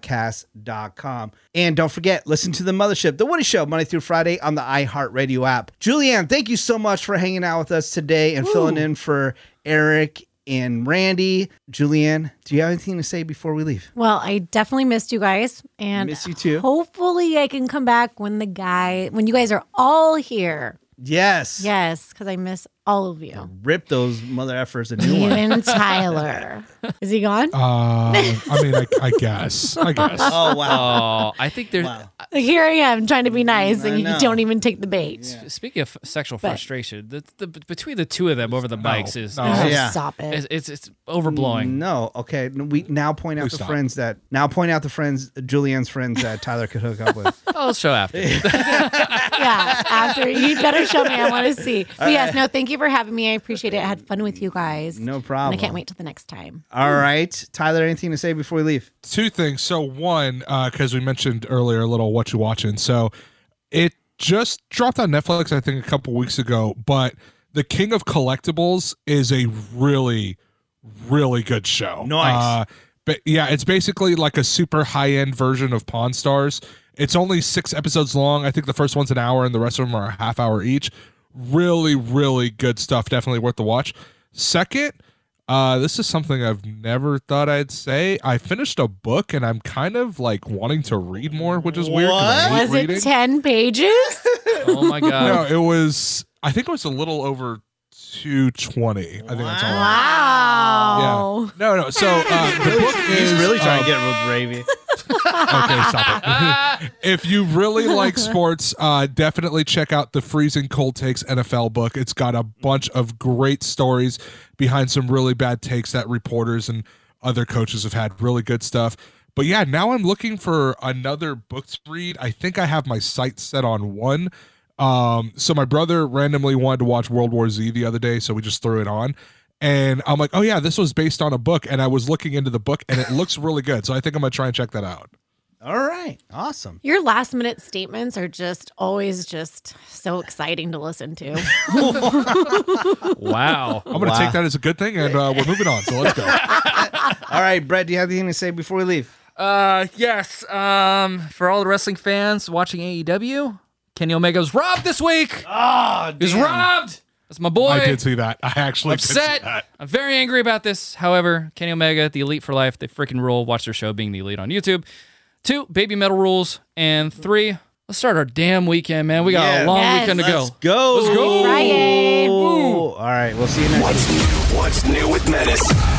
B: nerdnowpodcast.com. And don't forget, listen to the Mothership, The Woody Show, Monday through Friday on the iHeartRadio app. Julianne, thank you so much for hanging out with us today and filling in for Eric and Randy. Julianne, do you have anything to say before we leave?
D: Well, I definitely missed you guys, and
B: Miss you too.
D: Hopefully, I can come back when the guy, when you guys are all here.
B: Yes.
D: Yes, because I miss all of you,
B: Rip those mother effers a
D: [LAUGHS]
B: new one.
D: even Tyler. [LAUGHS] Is he gone?
C: Uh, I mean, I, I guess. I guess. [LAUGHS]
B: Oh, wow.
E: Oh, I think there's.
B: Wow.
D: Like, here I am trying to be nice,
B: I
D: and you
B: know.
D: don't even take the bait.
E: Speaking of sexual frustration, the, the between the two of them over the mics is,
C: no.
E: is
D: Oh,
E: just-
B: Yeah.
D: Stop it. [LAUGHS]
E: it's, it's it's overblowing.
B: No, okay. n- We now point out
C: Please
B: the
C: stop.
B: friends that now point out the friends Julianne's friends that Tyler could hook up
D: [LAUGHS]
B: with.
E: I'll Oh, show
B: [LAUGHS]
E: after.
D: yeah, after you better show me. I want to see. But yes, no, thank you for having me. I appreciate it. I had fun with you guys.
B: No
D: And
B: problem.
D: I can't wait till the next time.
B: All right, Tyler. Anything to say before we leave?
C: two things. So one, because we mentioned earlier a little what you watching. So it just dropped on Netflix, I think, a couple weeks ago. But The King of Collectibles is a really, really good show.
B: Nice.
C: Uh, but yeah, it's basically like a super high end version of Pawn Stars. It's only six episodes long. I think the first one's an hour, and the rest of them are a half hour each. Really, really good stuff. Definitely worth the watch. Second, uh, this is something I've never thought I'd say. I finished a book, and I'm kind of like wanting to read more, which is weird. 'cause I hate
D: Was
C: reading.
D: it 10 pages?
E: Oh my god.
C: No, it was. I think it was a little over two twenty. I think that's all. I-
D: Wow.
C: No, no. So uh, the book is um,
B: get
E: Oh.
B: with Ravy.
E: [LAUGHS]
C: okay, stop it. if you really like sports, uh, definitely check out the Freezing Cold Takes NFL book. It's got a bunch of great stories behind some really bad takes that reporters and other coaches have had. Really good stuff. But yeah, now I'm looking for another book to read. I think I have my sights set on one. Um, so my brother randomly wanted to watch World War Z the other day, so we just threw it on. And I'm like, oh yeah, this was based on a book, and I was looking into the book, and it looks really good. So I think I'm gonna try and check that out.
B: All right, awesome.
D: Your last minute statements are just always just so exciting to listen to.
E: Wow.
C: I'm going to
B: Wow.
C: take that as a good thing, and uh, we're moving on. So let's go.
B: All right, Brett. Do you have anything to say before we leave?
E: Uh, yes. Um, for all the wrestling fans watching AEW, Kenny Omega was robbed this week.
B: Oh,
E: He's robbed. That's my boy.
C: I did see that. I actually did see
E: Upset.
C: that.
E: I'm very angry about this. However, Kenny Omega, the Elite for Life, they freaking rule. Watch their show, Being the Elite on YouTube. Two, Baby Metal rules, and three. Let's start our damn weekend, man. We got
B: Yeah.
E: a long
D: Yes.
E: weekend to go.
B: Let's go.
E: Let's go.
D: Friday.
B: All right, we'll see you next.
A: What's new? What's new with Menace?